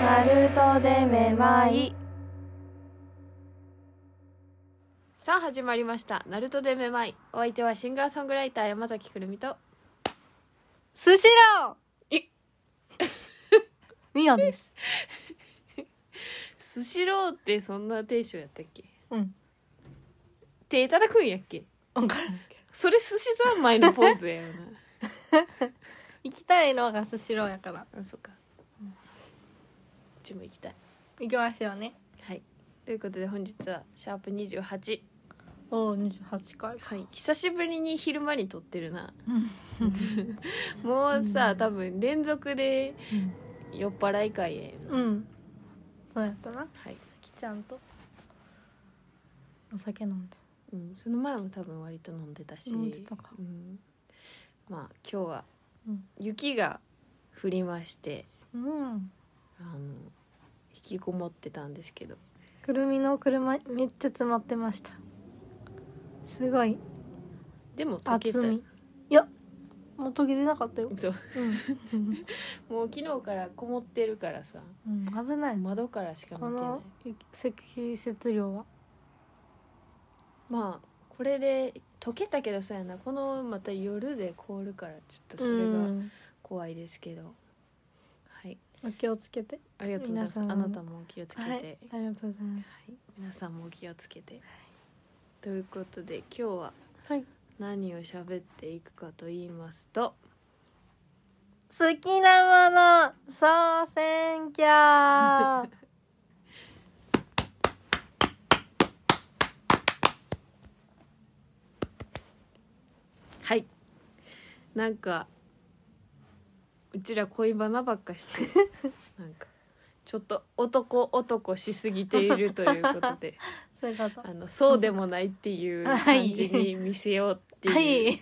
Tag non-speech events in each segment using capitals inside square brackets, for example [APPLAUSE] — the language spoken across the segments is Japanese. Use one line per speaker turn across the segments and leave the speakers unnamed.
ナルトでめまい。
さあ始まりました「ナルトでめまい」お相手はシンガーソングライター山崎くるみと
スシロー
え。
ミヤです。
スシローってそんなテンションやったっけ
[LAUGHS] うん。
手いただくんやっけ
わからんけど。
それ寿司三昧のポーズやよ
行きたいのがスシローやから。
な [LAUGHS] あそうかうちも行きたい
行きましょうね。
はいということで本日はシャープ28
おお、二十八回。
はい久しぶりに昼間に撮ってるな
うん。
[LAUGHS] もう
う
さ
ん
多分連続で酔っ払い会やよな
うん。そうやったな。
はい、
きちゃんと。お酒飲んだ。
うん、その前も多分割と飲んでたし
飲んでたか
うん、まあ今日は
うん
雪が降りまして
うん。
あの引きこもってたんですけど
くるみの車めっちゃ詰まってました。すごい
でも溶けた
厚み。いや、もう途切れなかったよ。
そう
うん。
もう昨日からこもってるからさ
うん、危ない。
窓からしか見
こ
てない
の雪積雪量は。
まあこれで溶けたけどさやなこのまた夜で凍るからちょっとそれ
う
が
ん
怖いですけど、はい
お気をつけて。
ありがとうございますあ
皆さんも
なたもお気をつけて、
はい。ありがとうございます。
はい皆さんもお気をつけて、ということで今日は
はい。
何を喋っていくかと言いますと
好きなもの総選挙
はいなんかうちら恋バナばっかしてなんかちょっと男男しすぎているということで
そういうこと
あのそうでもないっていう感じに見せようって
は
いう
い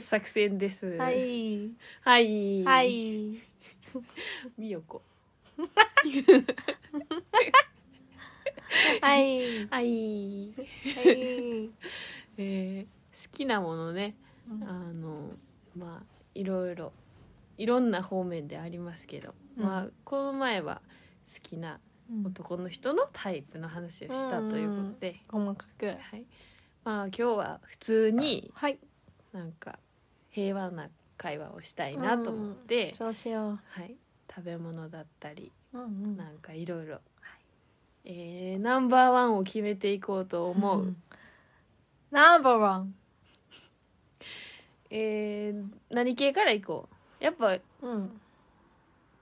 作戦です。
はい
はい、
はい
みよこ
はい
はい、
はい
えー好きなものね
うん
あのまあいろいろいろんな方面でありますけど、
うん
まあこの前は好きな男の人のタイプの話をしたということで、
細かく
はい、まあ今日は普通に
はい
なんか平和な会話をしたいなと思って、
そうしよ
はい、食べ物だったり
ううん
なんかいろいろ、えーナンバーワンを決めていこうと思う、
ナンバーワン
えー何系からいこうやっぱ
うん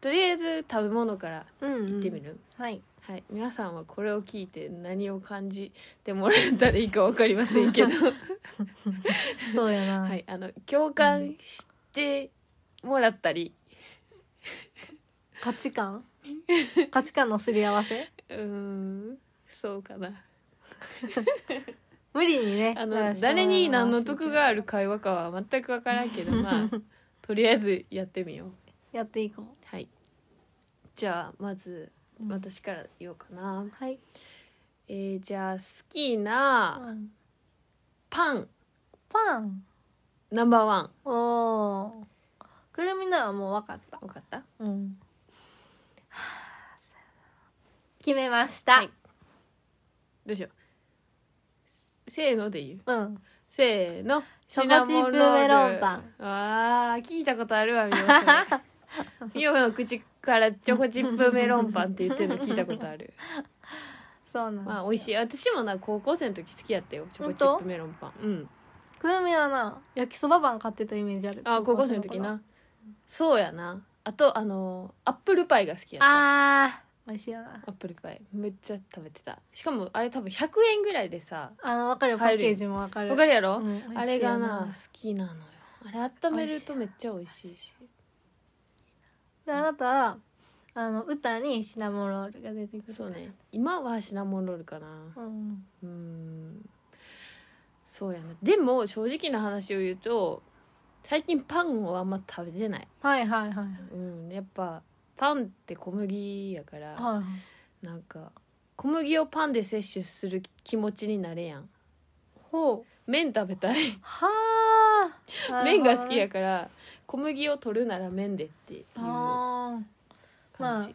とりあえず食べ物から
うん
行ってみる、
はい
はい、皆さんはこれを聞いて何を感じてもらえたらいいか分かりませんけど、
そうやな
[LAUGHS] はい、あの共感してもらったり、
価値観価値観のすり合
[LAUGHS]
わせ
うーんそうかな
無理にね
あ
やら
の
せてもらう
誰に何の得があ
る
る会話かは全く分からんけどまあとりあえずやってみよう
やっていこ
はいじゃあまず
う
私から言おうかな、
はい
えーじゃあ好きな
うん
パン
パン
ナンバーワン
おおくるみならもう分かった
分かった
うん決めました、
はいどうしようせーので言う
うん
せーの。
チョコチップメロンパン
ああ、聞いたことあるわ、みおさん。みおの口からチョコチップメロンパンって言ってるの聞いたことある。
そうなんです
[LAUGHS]
よ
まあ、美味しい。私もな、高校生の時好きやったよ。チョコチップメロンパン。うん。
くるみはな焼きそばパン買ってたイメージある
あー、高校生の時な。そうやな。あと、あのー、アップルパイが好きやった。
あー美味しいよな
アップルパイ。めっちゃ食べてた。しかも、あれ多分100円ぐらいでさ、
あの分かるよパ
買え
ッ
るよ
ケージも分かる
わか
る
るやろ、あ
あ
れがな、好きなのよ。あれ温めるとめっちゃ美味しいし。
であなたはあの歌にシナモンロールが出てくる
そうね。今はシナモンロールかな。
うん
うーんそうやなでも正直な話を言うと最近パンをあんま食べてない、
はいはいはいはい
うん、やっぱパンって小麦やから
はい
なんか小麦をパンで摂取する気持ちになれやん
ほう
麺食べたい
はあ
麺が好きや
か
から小麦を取るなら麺でっていう感
あー
じ、
まあ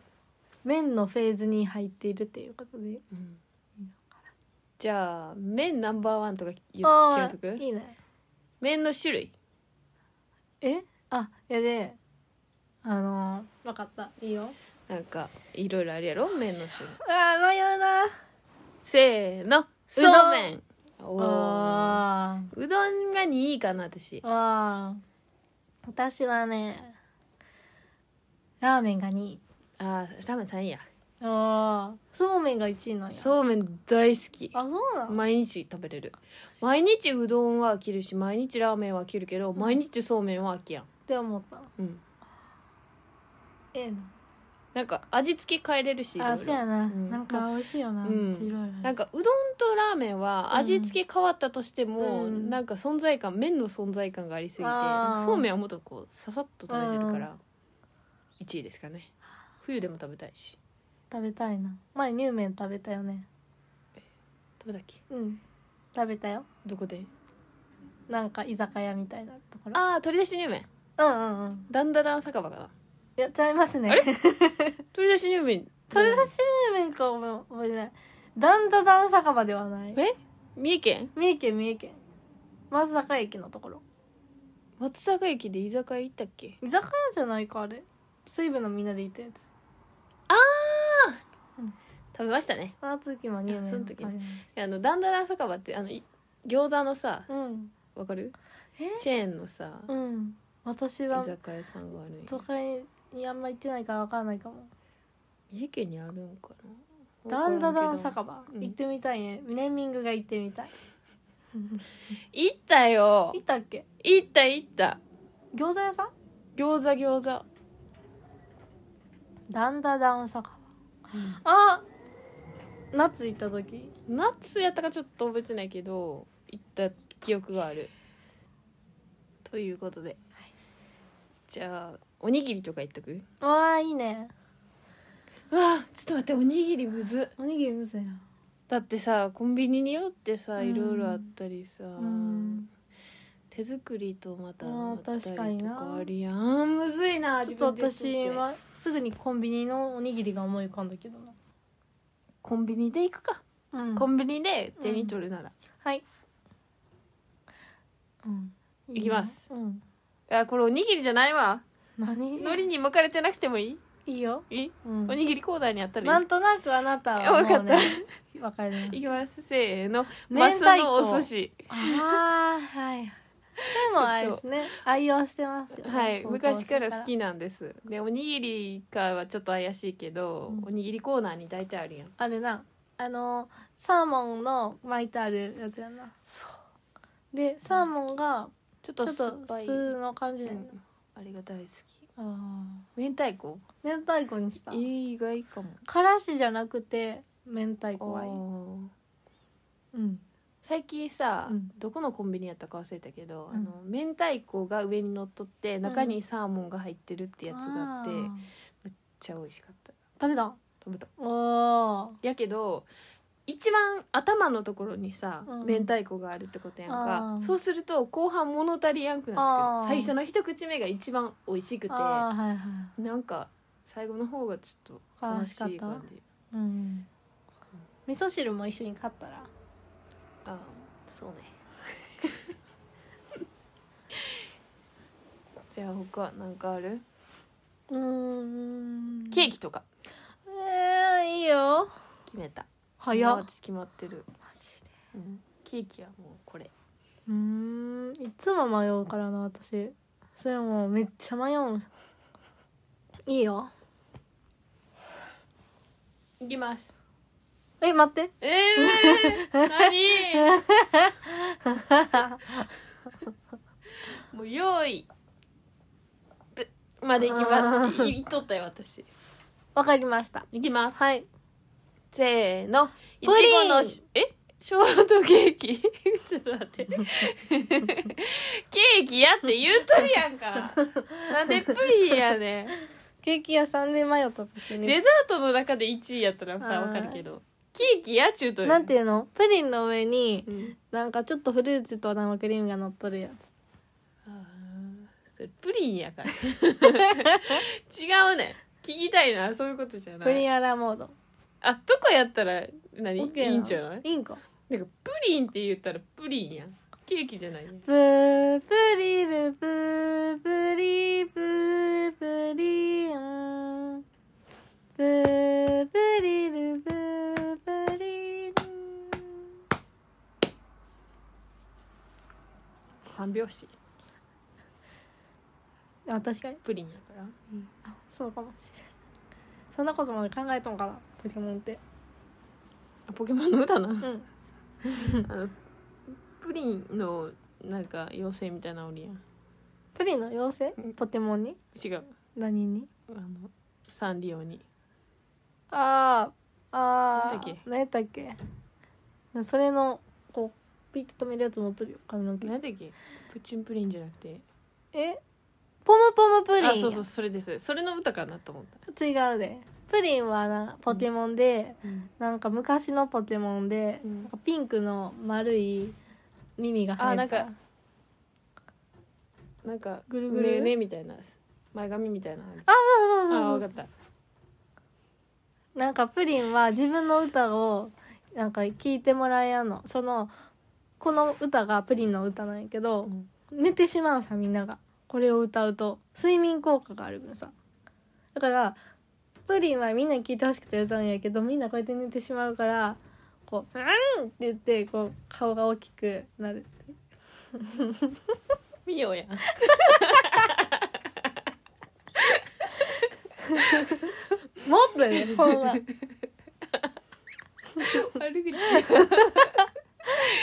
麺のフェーズに入っているっていうことで
うんじゃあ麺ナンバーワンとか言う決
あ
めと
あ
く
いいね
麺の種類
えあいやであのー、分かったいいよ
なんかいろいろあるやろ麺の種類
あー迷うな
せーのそ
どん
うめんおー
あ
うどんが2位かな私
ーあー私はねラーメンが2位
あーラーメン3位や
ああそうめんが1位なんや
そうめん大好き
あそうなん
毎日食べれる毎日うどんは飽きるし毎日ラーメンは飽きるけど毎日そうめんは飽きやん
って思った
うん
ええ
なんか味付け変えれるし
なあ
い
そう
ろいろ
やな、
うん
なんか美味しいよな、
うん
めっちゃいろいろある
なんかうどんとラーメンは味付け変わったとしても、
うん
なんか存在感麺の存在感がありすぎて
あー
そうめんはもっとこうささっと食べれるから、1位ですかね冬でも食べたいし
食べたいな前乳麺食べたよね
食べたっけ
うん食べたよ
どこで
なんか居酒屋みたいなところ
ああ取り出し入麺
うんうんうん
だんだらん酒場かな
やっちゃいますね [LAUGHS]
あれ取り出し入麺
取り出し乳麺かも覚えてないダンダダン酒場ではない
え三重県
三重県三重県松坂駅のところ
松坂駅で居酒屋行ったっけ
居酒屋じゃないかあれ水分のみんなで行ったやつ
食べましたね
あの時も乳麺
その時
はい
あのだんだらん酒場ってあのい餃子のさ
うん
わかる
え
チェーンのさ
うん私
居
は
酒屋さんがあるんや
都会にあんま行ってないから分かんないかも
三重県にあるんかな
ダンダダン酒
場
場
うん
行ってみたいねネーミングが行っ
[LAUGHS]
てみたい
行ったよ
行ったっけ
行った行った
餃子屋さん
餃子餃子
ダンダダン酒場あ夏行った時
夏やったかちょっと覚えてないけど行った記憶があるということで、じゃあおにぎりとか行っとく
わあいいね
うわちょっと待っておにぎりむずっ
おにぎりむずいな
だってさコンビニによってさ
うん
いろいろあったりさ、
うん
手作りとまた
あ
あ
ー
ったりと
確かにな
かあるやんむずいな
ちょ
自
っと
分で言っといて
私はすぐにコンビニのおにぎりが思い浮かんだけど
コンビニで行くか、
なうん
コンビニで手に取るなら、
はいうんい
いきます
うん
あこれおにぎりじゃないわ
何
海苔に巻かれてなくてもいい
いいよ
いい
うん
おにぎりコーナーにあった
な
らい
んとなくあなたは
わかった
たわかります
いいきますせーの
明
マ
太
ス
子
のお寿司
ああはいでもあれですね愛用してますよね
はい
高校
昔か
生
ら好きなんですでおにぎりかはちょっと怪しいけど、
うん
おにぎりコーナーに大体あるやん
あるなあのサーモンの巻いてあるやつやな
そう
でサーモンが
ちょっ
ちょ
と
っ
酸
と
っぱい
酢の感じ
う
やなん
あれが大好き
あ
明太子
ー明太子にした
えー、意外かも
からしじゃなくて明太子が
怖
いい
い
うん
最近さ、
うん
どこのコンビニやったか忘れたけど、
うん
あの明太子が上に乗っとって中にサーモンが入ってるってやつがあって、めっ
ー
ちゃ美味しかった
食べた
食べた
おお
やけど一番頭のところにさ、
うん
明太子があるってことやん
あ
か
ー
そうすると後半物足りやんくなってくる
あー
最初の一口目が一番美味しくて
ああはいはい
なんか最後の方がちょっと悲しい
悲しかった
感じ
うん味噌汁も一緒に買ったら
あそう
[LAUGHS]
ねじゃあ他なんかある
うーん
ケーキとか
えー、いいよ
決めた
早
もう
っ
私決まってる、うんケーキはもうこれ
うーんいつも迷うからな私それもうめっちゃ迷うんいいよ
いきます
え待って
えー、何 [LAUGHS] もう用意ぶまでいきますいいっとったよ私
わかりました
いきます
はい
せーのいち
プリン
ごのしえショートケーキ [LAUGHS] ちょっと待って [LAUGHS] ケーキやって言うとるやんかなんでプリンやねん
ケーキ屋さんで迷った時に
デザートの中で1位やったらさ
あー
わかるけどケーキやちゅうとる
なんていうのプリンの上に
うん
なんかちょっとフルーツと生クリームが乗っとるや
あーそれプリンやから違うねん聞きたいのはそういうことじゃ
つ
ない
プリンアラモード
あどこやったら何い
オッケー
いんじゃない
インコ
なんかプリンって言ったらプリンやんケーキじゃないね
プープリルプープリプープリンプープリルプープリン
三拍子
あ確かに
プリンやから
あそうかもしれないそんなことまで考えとんかなポケモンって
あポケモンの歌な
うん
あのプリンのなんか妖精みたいなのおりやん
プリンの妖
う
精
ん
ポケモンに
違う
何に
あのサンリオに
あー
な
あ
んだっけ
ー何やったっけそれのこうピッと止めるやつ持っとるよ髪の毛
何だっけプチンプリンじゃなくて
えポムポムプリンや
あそうそうそれですそれの歌かなと思った、
違うでプリンはなポケモンで、なんか昔のポケモンで、
うん
なんかピンクの丸い耳が
あ
生
な
え
ん
た
かなんか
ぐるぐ
う
る
ねうねみたいな前髪みたいな
あ
あ
そうそう
あ
そう
分
そ
か
う
った
なんかプリンは自分の歌をなんか聞いてもらえやんのそのこの歌がプリンの歌なんやけど、寝てしまうさみんながこれを歌うと睡眠効果があるのさだからプリンはみんなに聞いてほしくて歌うんやけどみんなこうやって寝てしまうからこう「うん!」って言ってこう顔が大きくなる
ミオ
[LAUGHS]
やん
もっとねほんま
悪口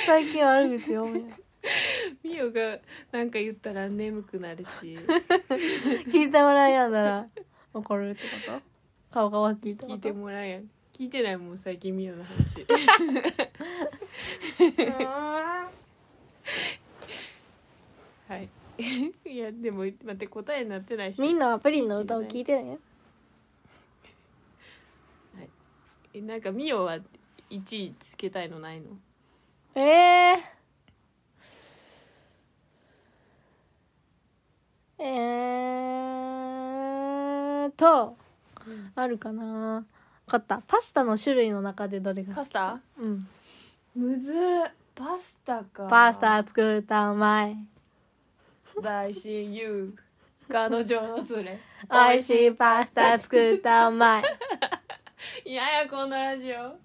最近悪口多いよ
ミオがなんか言ったら眠くなる
[LAUGHS]
し
聞いてもらえやんなら怒るってこと顔が大きいって
聞
こ
い
と
てもらえやん聞いてないもん最近ミオの
[LAUGHS]
話
うーん
はい [LAUGHS] いやでも待って答えになってないし
みんなはプリンの歌を聞いてね
えなんかミオは1位つけたいのないの
ええー、えーと、
うん
あるかな分かったパスタの種類の中でどれが好
パ
き
スタ
うん
むずっパスタか
パスタ作ったうまい
[LAUGHS] 大親友彼女の連れ
美味しいパスタ作ったうまい
嫌やこんなラジオ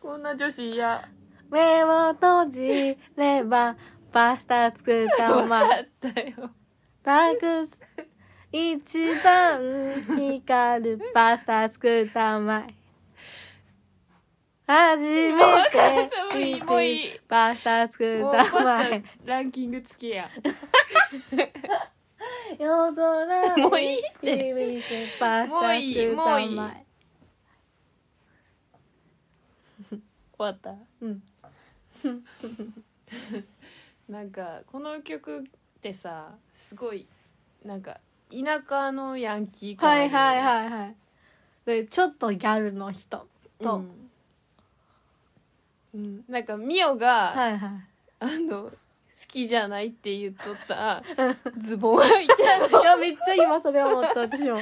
こんな女子嫌
目を閉じればパスタ作ったう
分
まい
かったよ
たくさん一番光るパスタ作ったまい初
もう分か
め
ったもう
て
いいもういい
パスタ作
もう
っ
パ
た
ス
まい
タランキング付きや
夜空に
もういいって
響くパスタ作
も
った
ういいも
ま
うい
い
終わった
うん
なんかこの曲ってさすごいなんか田舎のヤンキー感あ
は
る
い
よね
はいはいはいでちょっとギャルの人と、
うんうん、なんかミオが、
はいはい
あの好きじゃないって言っとったズボン履いて、
いやめっちゃ今それ思った私も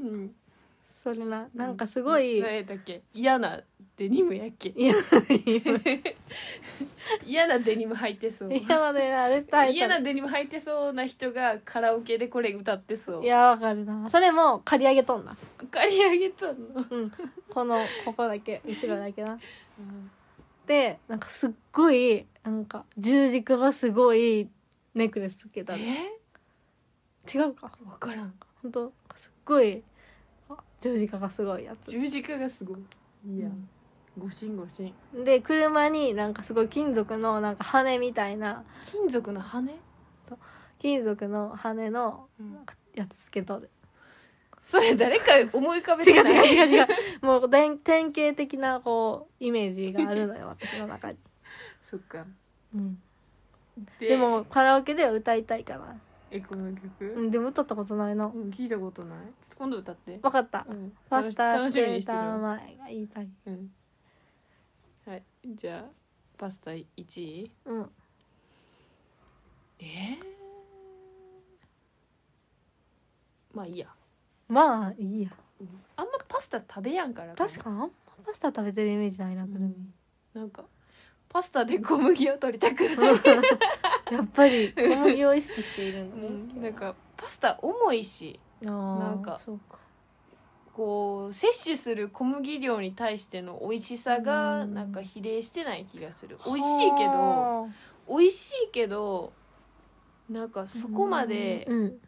うん、
それななんかすごい、
何やったっけ嫌なデニムやっけ
いや
[LAUGHS] 嫌なデニム履いてそう
嫌だねな絶対
嫌なデニム履いてそうな人がカラオケでこれ歌ってそう
いやわかるなそれも借り上げとんな
借り上げたの、
うんこのここだけ後ろだけなでなんかすっごいなんか十字架がすごいネックレスつけたの
え
違うか
分からん
本当すっごいあ十字架がすごいやつ
十字架がすごいいや、
うん
ごしんごしん
で車になんかすごい金属のなんか羽みたいな
金属の羽
金属の羽の
うん
やつつけとる
それ誰か思い浮かべ
違う
てない
違う違う違うもうでん典型的なこうイメージがあるのよ私の中に、
そっか
うん、
で
でもカラオケでは歌いたいかな
えこの曲、
うん、でも歌ったことないな。
うん聞いたことない今度歌って、
わかった
う。ん
パスタ
楽し楽しみにしてるよ
甘いが言いたい。
うんじゃあパスタ1位
うん
えー、まあいいや
まあいいや
あんまパスタ食べやんから
確かにあんまパスタ食べてるイメージないな
う
くるみ、
んなんかパスタで小麦を取りたくない、
[LAUGHS] やっ
[LAUGHS]
ぱり小麦を意識しているんだね、
うんなんかパスタ重いし
あー
なんか
そうか
こう摂取する小麦量に対しての美味しさが
うん
なんか比例してない気がする美味しいけど
は
美味しいけどなんか
ー
そこまで
うん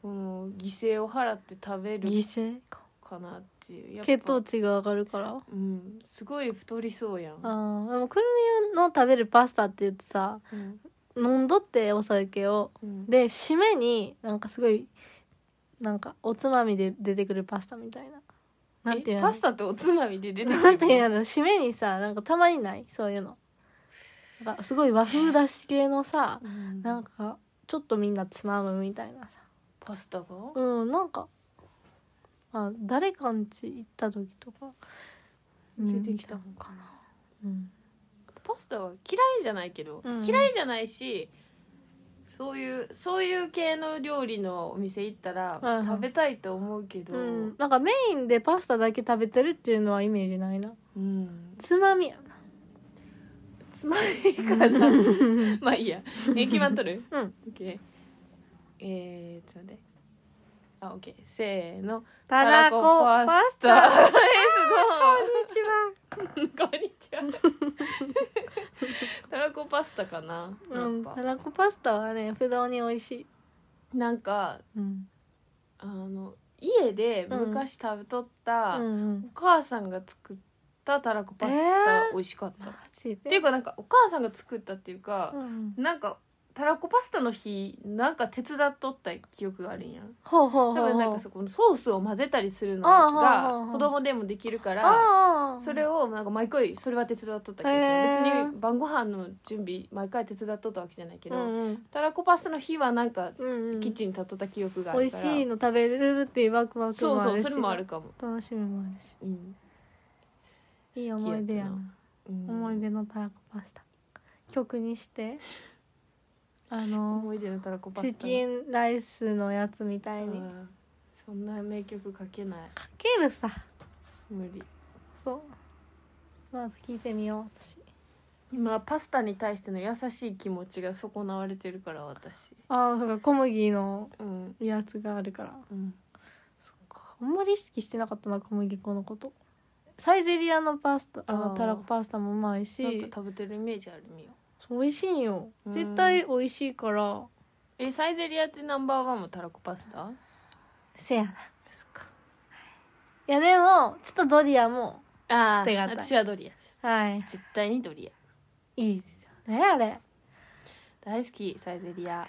この犠牲を払って食べる
犠牲か
かなっていうやっぱ
血糖値が上がるからあ
うんすごい太りそうやん
ーでもくるみの食べるパスタって言うとさ
うん
飲んどってお酒を
うん
で締めになんかすごいなんかおつまみで出てくるパスタみたいななんていう
え
の
パスタっておつまみで出てくる
なんていうの締めにさなんかたまにないそういうのなんかすごい和風だし系のさ
うん
なんかちょっとみんなつまむみたいなさ
パスタが
うんなんかあ誰かんち行った時とか
出てきたの
うんかなうん
パスタは嫌いじゃないけど、
うん
嫌いじゃないしそういうそういう系の料理のお店行った
はいは
ら
い
食べたいと思うけど、
うん、なんかメインでパスタだけ食べてるっていうのはイメージないな
うん [LAUGHS]
つまみやな
つまみかなまあいいやえ決まっとる
うん
オッケーえー、ちょっと待ってあオッケーせーの
たらこパスタ
たらこパスタ
一番
えすごいこんにちは [LAUGHS] たらこパスタかな、
うん、
やったぱ
らこパスタはね不動に美味しい、
なんか
うん
あの家で昔食べとった、
うんうん
お、母さんが作ったたらこパスタ、
えー
美味しかった。っ
マジで
ていうかなんかお母さんが作ったっていうか
う、ん、
なんかたらこパスタの日なんか手伝っとった記憶があるんやん。
ほうほ
多
うほう
分なん
ほ
か
う
そこのソースを混ぜたりするの
あーほうほう
が
ほう
子供でもできるから。
ああ
それ
を
をなんか毎回それは手伝っとったけど、
へー
別に晩ご飯の準備毎回手伝っとったわけじゃないけ
う
ど、
んうん
たらこパスタの日はなんか
うんうん
キッチンに立っとった記憶があ
美
る
味
か
し
ら、
いの食べれるっていうワクワク
そう
もあ
そう
るし
それもあるかも、
楽しみもあるし
うん
いい思い出やな、
うん
思い出のたらこパスタ曲にしてあの
思い出のたらこパスタ
チキンライスのやつみたいに
うんそんな名曲書けない
かけるさ
無理
そうまず聞いてみよう私
今パスタに対しての優しい気持ちが損なわれてるから私
ああそうか小麦の
うん
やつがあるから
うんそっか
あんまり意識してなかったな小麦粉のことサイゼリアのパスタあ
あー
のたらこパスタもうま
な
い
んか
し
食べてるイメージあるみよ
そう美味しいんよ
うん
絶対美味しいから
えサイゼリアってナンバーワンもたらこパスタ
せやない
ですか
やでもちょっとドリアも
あ
捨てがたい
私はドリアです
はい
絶対にドリア
いいですよねあれ美味
大好きサイゼリア
しいよね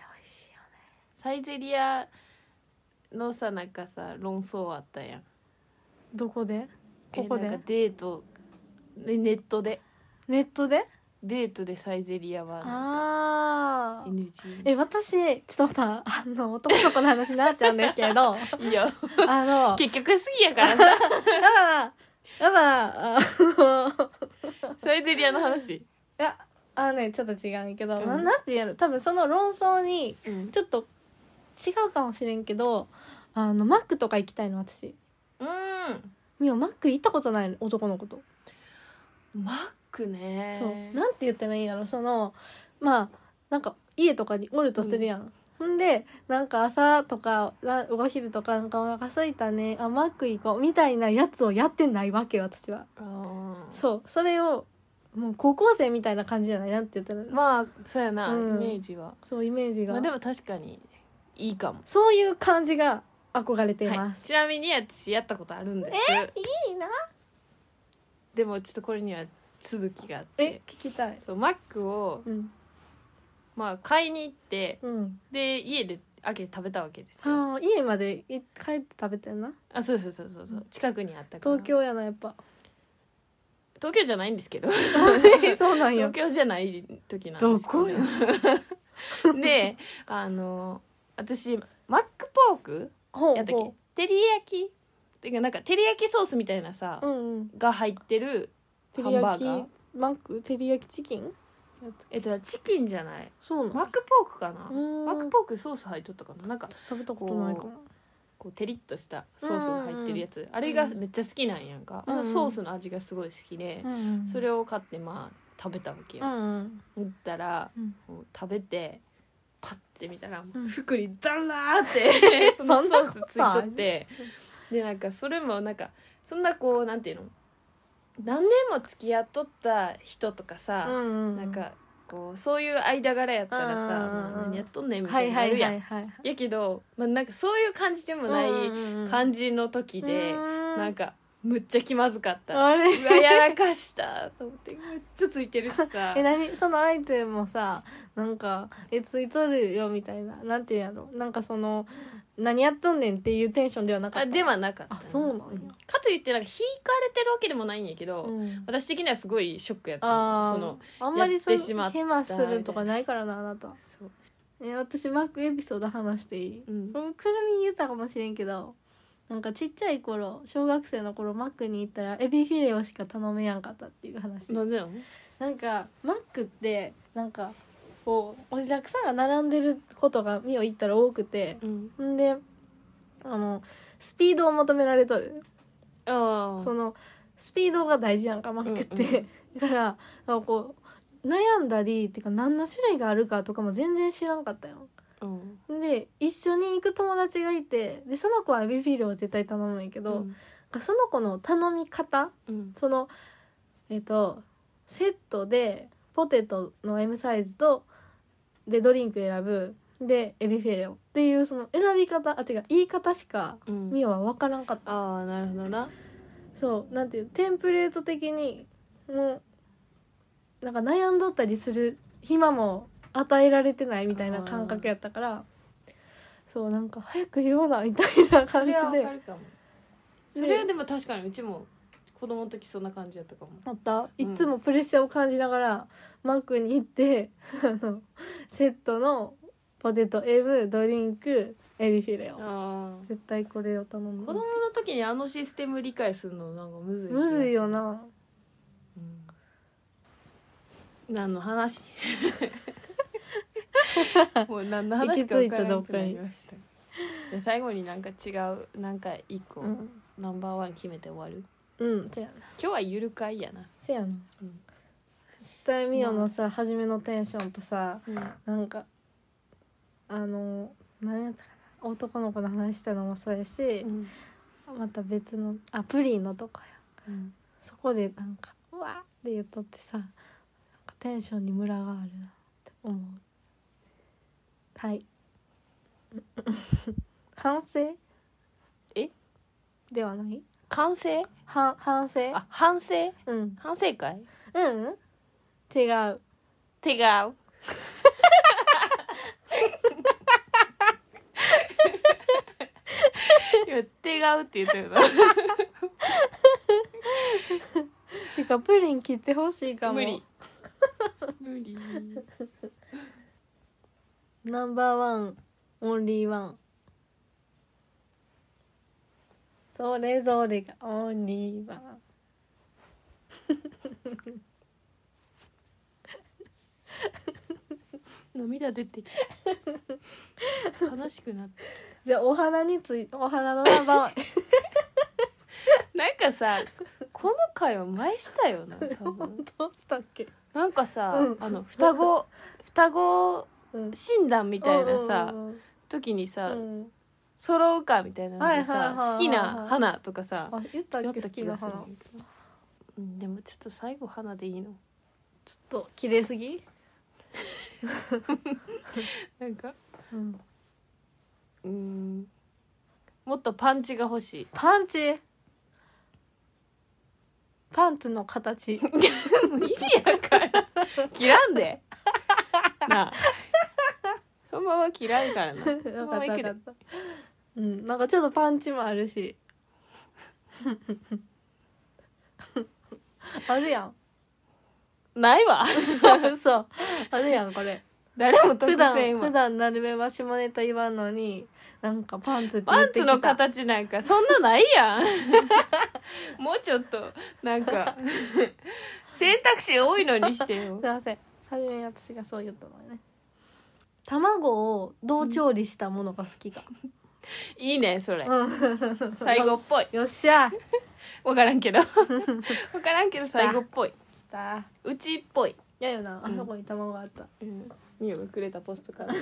サイゼリアのさなんかさ論争あったやん
どこで
え
ここで
なんかデートねネットで
ネットで
デートでサイゼリアはなんか
ああ
NG
え私ちょっとまたあの男の子の話になっちゃうんですけ [LAUGHS] どあ
いいよ
の
結局好きやから
[LAUGHS]
さ
やばなやばなあの
サイゼリアの話、
いやあのねちょっと違うんやけど、
うん
ななんて言うの多分その論争に
うん、
ちょっと違うかもしれんけどあのマックとか行きたいの私みおマック行ったことないの男の子と、
マックね
そうなんて言ったらいいんやろそのまあなんか家とかにおるとするやん、ほんでなんか朝とかラお昼とかなんかお腹空いたねあマック行こうみたいなやつをやってないわけよ私は
あー
そうそれをもう高校生みたいな感じじゃないなんて言ったらいいの
まあそうやな、
うん
イメージは
そうイメージが、
まあでも確かにいいかも
そういう感じが憧れてい
は
ま
い、
す。
ちなみに私やったことあるんです
いいな。
でもちょっとこれには続きがあっ
え
て、
聞きたい。
そうマックを、
うん。
まあ、買いに行って
うん。
で家で開けて食べたわけですよ
ああ、家までい帰って食べてんな。
あそうそうそうそうそう近くにあったから
東京やな、やっ
[LAUGHS]
ぱ。
東京じゃないんですけど
そうなんや
東。京じゃない時なんですけ
どこや
[LAUGHS] であの私マックポーク
ほ
やったっけ照り焼きっていうかなんか照り焼きソースみたいなさ、
う。うんうん。
が入ってる
照
ハ
り
ンバ
焼
ーガー
きマック照り焼きチキンやつ
えっとチキンじゃない
そうなの
マックポークかな
うーん
マックポークソース入っとったかななんか
私食べたことないかも
こうテリッとしたソースが入ってるやつ、あれがめっちゃ好きなんやんか、
うん
あのソースの味がすごい好きで、それ
を
を買ってまあ食べたわけ
う
よ、
んう
だ
ん
ったら
うん
もう食べてパッて見たらも
う
うん服にザラーってその
[LAUGHS] そん
ソ
な
ー
こ
ス
と
ついとってでなんかそれもなんかそんなこうなんていうの何年も付き合っとった人とかさ、
うん
なんかこうそういう間柄やったらさ、
うんうんうん
まあ何やっとんねんみた
はいい
にな
は
る
い
やん、
はいはい
やけど、まあ、なんかそういう感じでもない感じの時で、なん
か
かむっちゃ気まずかった、うわ
あれ
やらかしたと思ってむっちゃついてるしさ
[LAUGHS] え何その相手もさなんか「えついとるよ」みたいななんていうんやろなんかその「何やっとんねん」っていうテンションではなかっ
あ
た
ではなかった
あそうなんや
かといってなんか引かれてるわけでもないんやけど、
うん
私的にはすごいショックやった
あ
の
ー
その
あんまりそ
やってしま
の
った
ヘマするとかないからなあなた、
そう
ね、私マックエピソード話していい、
うん
これもくるみに言ったかもしれんけどなんかちっちゃい頃小学生の頃マックに行ったらエビフィレオしか頼めやんかったっていう話
なんでなの
なんかマックってなんかこうお客さんが並んでることが見を言ったら多くて
うん
んであのスピードを求められとる
ああ
そのスピードが大事やんかマックって、
うん
だからなんかこう悩んだりっていうか何の種類があるかとかも全然知らんかったよ
うん
で一緒に行く友達がいてでその子はエビフィレオを絶対頼むんやけ
う
ど、
ん
その子の頼み方
うん
そのえっ、とセットでポテトの M サイズとでドリンク選ぶでエビフィレオっていうその選び方あ違う言い方しか
うん
ミオは分からんかった、
ああなるほどな
そうなんていうテンプレート的にもうなんか悩んどったりする暇も与えられてないみたいな感覚やったからそうなんか早く言おうなみたいな
そ
感じ
れはわ
で
かるかもそれはでも確かにうちも子供の時そんな感じやったかも
あった
う
い
ん
つもプレッシャーを感じながら、マックに行って [LAUGHS] あのセットのポテト M ドリンクエビフィレオ
ああ
絶対これを頼む
子供の時にあのシステム理解するのなんかむずい気が
む
する
ずいよな
うん何の [LAUGHS] 話もう何の話
行き
か
着
分
い
か
た
らな
どっ
くな
かに
りましたじゃあ最後になんか違うなんか一個、
うん、
ナンバーワン決めて終わる
うん、せやな
今日はゆるかいやな、
せやな
うん
絶対ミオのさ、初めのテンションとさ
うん
なんかあの何やったかな男の子の話したのもそうやし、また別のあプリンのとこや
うん
そこでなんか「うわ!」って言っとってさなんかテンションにムラがあるなって思うはい [LAUGHS] 反省
え
ではない
完成
反反省
あ反省
うん
反省会
うん違う
違う今手がうって言ってる
[LAUGHS]
な
てかプリン切ってほしいかも
無理無理
ナンバーワンオンリーワンそれぞれがオンリーワン
涙出てきた悲しくなって
じゃあお花についお花のナンバーワン [LAUGHS]
なんかさこの回は前したよな多
本
分
当したっけ
なんかさ、
うん
あの双子双子
うん
診断み
み
たいなさ時にさ、揃うかみたいなのでさ、
はいはいはいはい
好きな花とかさ
あ言った
や
っ
っ
け
た
好
気
き
が
な
する
花
んだけどうんでもちょっと最後花でいいの
ちょっと綺麗すぎ、
なんかうんもっとパンチが欲しい
パンチパンツの形
もう意味やから切らんでなあそのまま切らんからな
よかったよかったうんなんかちょっとパンチもあるし [LAUGHS] あるやん
ないわ
そうあるやんこれ
誰も得
普段
せん
普
わ
段なるべは下ネタ言わんのになんかパンツって
パンツの
形
形なんか [LAUGHS] そんなないやんもうちょっとなんか成選択肢多いのにしてよ
すいません初めに私がそう言ったのよね卵をどう調理したものが好きか、
いいねそれ
うん、
最後っぽい
よっしゃ
分からんけ [LAUGHS] ど分からんけど最後っぽい
だ
うちっぽい、
やよなあ
うん
そこに卵があった、
うん、みゆがくれたポストからね [LAUGHS]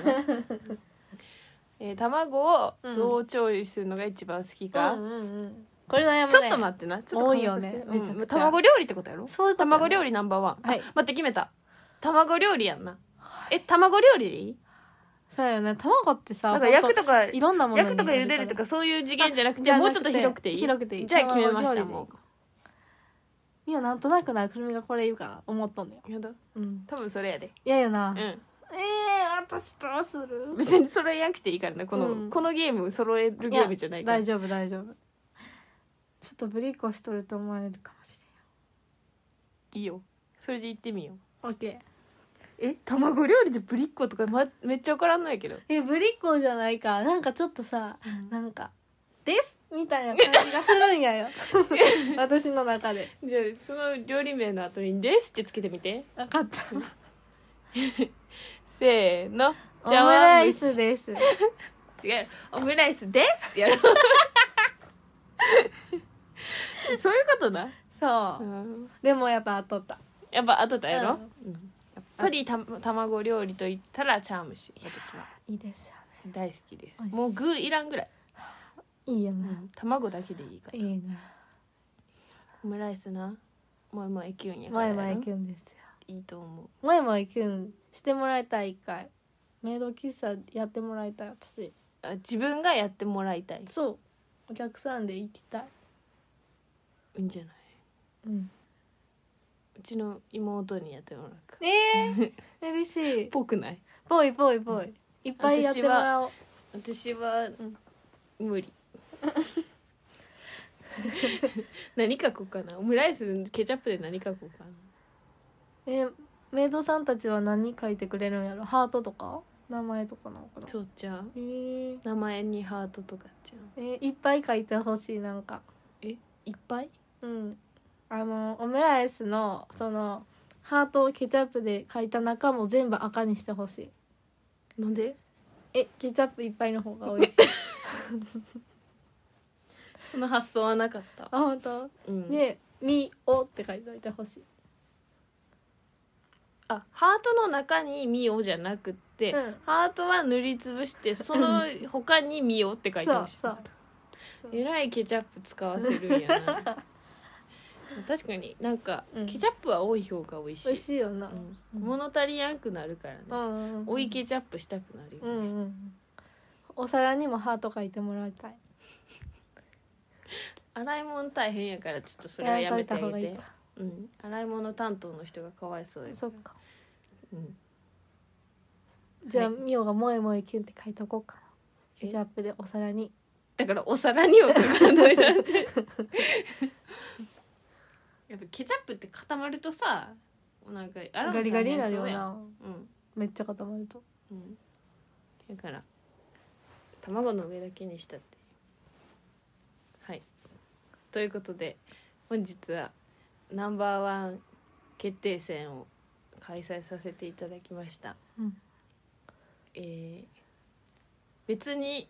えー卵をどう調理するのが一番好きか、
うんうんうんこれ悩むね
ちょっと待ってなちょっと考えさせて
多いよね
うん
めちゃくちゃ
卵料理ってことやろ
そういうことやな
卵料理ナンバーワン、
はい
あ待って決めた卵料理やんなえ卵料理でいい
そうよね卵ってさ
なんか焼くとか
ほんといろんなものに
焼くとか茹でるとかそういう次元じゃなくて
あ
もうちょっと広くていい
じゃなくて広くていい
じゃあ決めました
卵料理でいい
も
いやなんとなくなくるみがこれ言うかな思っとんだよ
うやだ
うん
多分それやで
いやよな、
う
え
ん
えー、私どうする
別に揃えなくていいからねこの、
うん
このゲーム揃えるゲームじゃないから
大丈夫大丈夫ちょっとぶりっこしとると思われるかもし
いいよそれで行ってみよう
れんオッケ
え卵料理でぶりっ子とか、ま、めっちゃ分からんないけど
ーえぶりっこじゃないかなんかちょっとさなんか「です」みたいな感じがするん
[LAUGHS]
やよ私の中で
じゃあその料理名の後に「です」ってつけてみて
分かった
せーの
オムライスです
違うオムライスです [LAUGHS] やろそういうことな、
そう、でもやっぱ取った
やっぱ後だやろ、うんやっぱ
ぱ
りた卵料理と言ったら茶碗蒸し私はい
いですよね
大好きです
美味しい
もう具いらんぐらい、
いいよ
卵だけでいいから
いいな
オムライスなもうもういきゅんやか
も
ら
え
やろ
もえくんですよ
いいと思う
もえもえくんしてもらいたい一回メイド喫茶やってもらいたい私
あ自分がやってもらいたい
そうお客さんで行きたい
いいんじゃない
うん
うちの妹にやってもらうか
えー、嬉しい
ぽくない
ぽいぽいぽいいっぱいやってもらおう
私は、無理 [LAUGHS] 何書こうかなオムライスケチャップで何書こうかな
えーメイドさんたちは何書いてくれるんやろハートとか名前とかなのかな
そうちゃう
えー
名前にハートとかちゃう
えーいっぱい書いてほしいなんか
えいっぱい
うんあのオムライスのそのハートをケチャップで書いた中も全部赤にしてほしい
なんで
えケチャップいっぱいの方
[LAUGHS]
が美味しい
その発想はなかった、
あ本当
うん、
で「みお」って書いておいてほしい
あハートの中に「みお」じゃなくって、
うん
ハートは塗りつぶしてその他に「みお」って書いてほしい
そうそう
えらいケチャップ使わせるんや
[LAUGHS]
な確かになんか、
うん
ケチャップは多い方が美味しい
美味しいよな
うん、物足りやんくなるからね、
うん
追いケチャップしたくなるよ
うん
ね、
うんお皿にもハート書いてもらいたい
洗い物大変やからちょっとそれはやめてあげて
やめといた
うん、洗い物担当の人がかわいそう
方がい
や
いそっか
うん、
じゃあ
はい
みおが「もえもえキュン」って書いとこうかなケチャップでお皿に
だからお皿に置くからダメだってやっぱケチャップって固まるとさなんか洗うの
ガリガリになる
大変そ
よ
うやん
な
うん
めっちゃ固まると
うんだから卵の上だけにしたっていうはいということで本日はナンバーワン決定戦を開催させていただきました、
うん
えー別に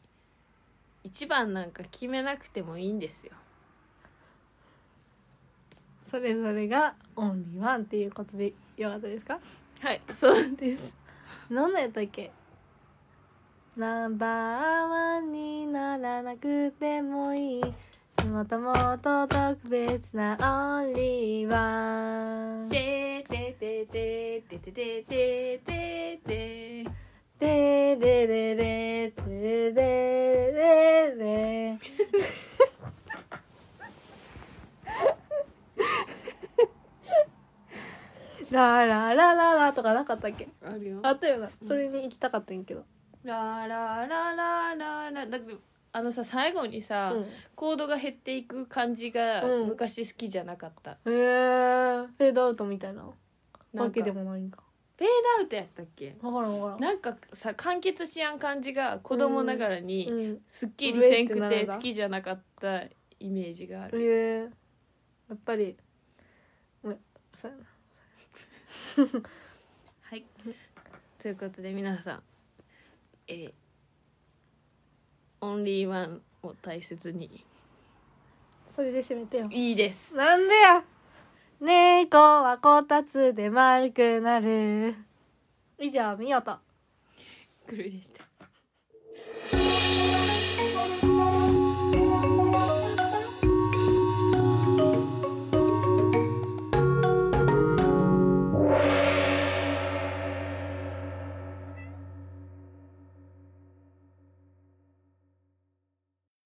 一番なんか決めなくてもいいんですよ
それぞれがオンリーワンっていうことでよかったですか
はいそうです
何のやったっけナンバーワンにならなくてもいい地元もっと特別なオンリーワン
てててててててててて
でれれれでれれれラララララとかなかったっけ
あるよ
あったよなそれに行きたかったんやけど、
ララララララだってあのさ最後にさ、
うん
コードが減っていく感じが
うん
昔好きじゃなかった、
へえフェードアウトみたいな
な
わ
んか
け
フ
で
ェード
もないんか
アウトやったっけ
わからんわからん
なんかさ完結しやん感じが子供ながらに
うん
すっきりせん
う
く
ん上ってな
て
んだ
好きじゃなかったイメージがあ
え
る、
ー、やっぱりうんそうやな
はいということで皆さんえーオンリーワンを大切に
それで締めてよ
いいです
なんでや猫はこたつで丸くなる以上みよと
くるりした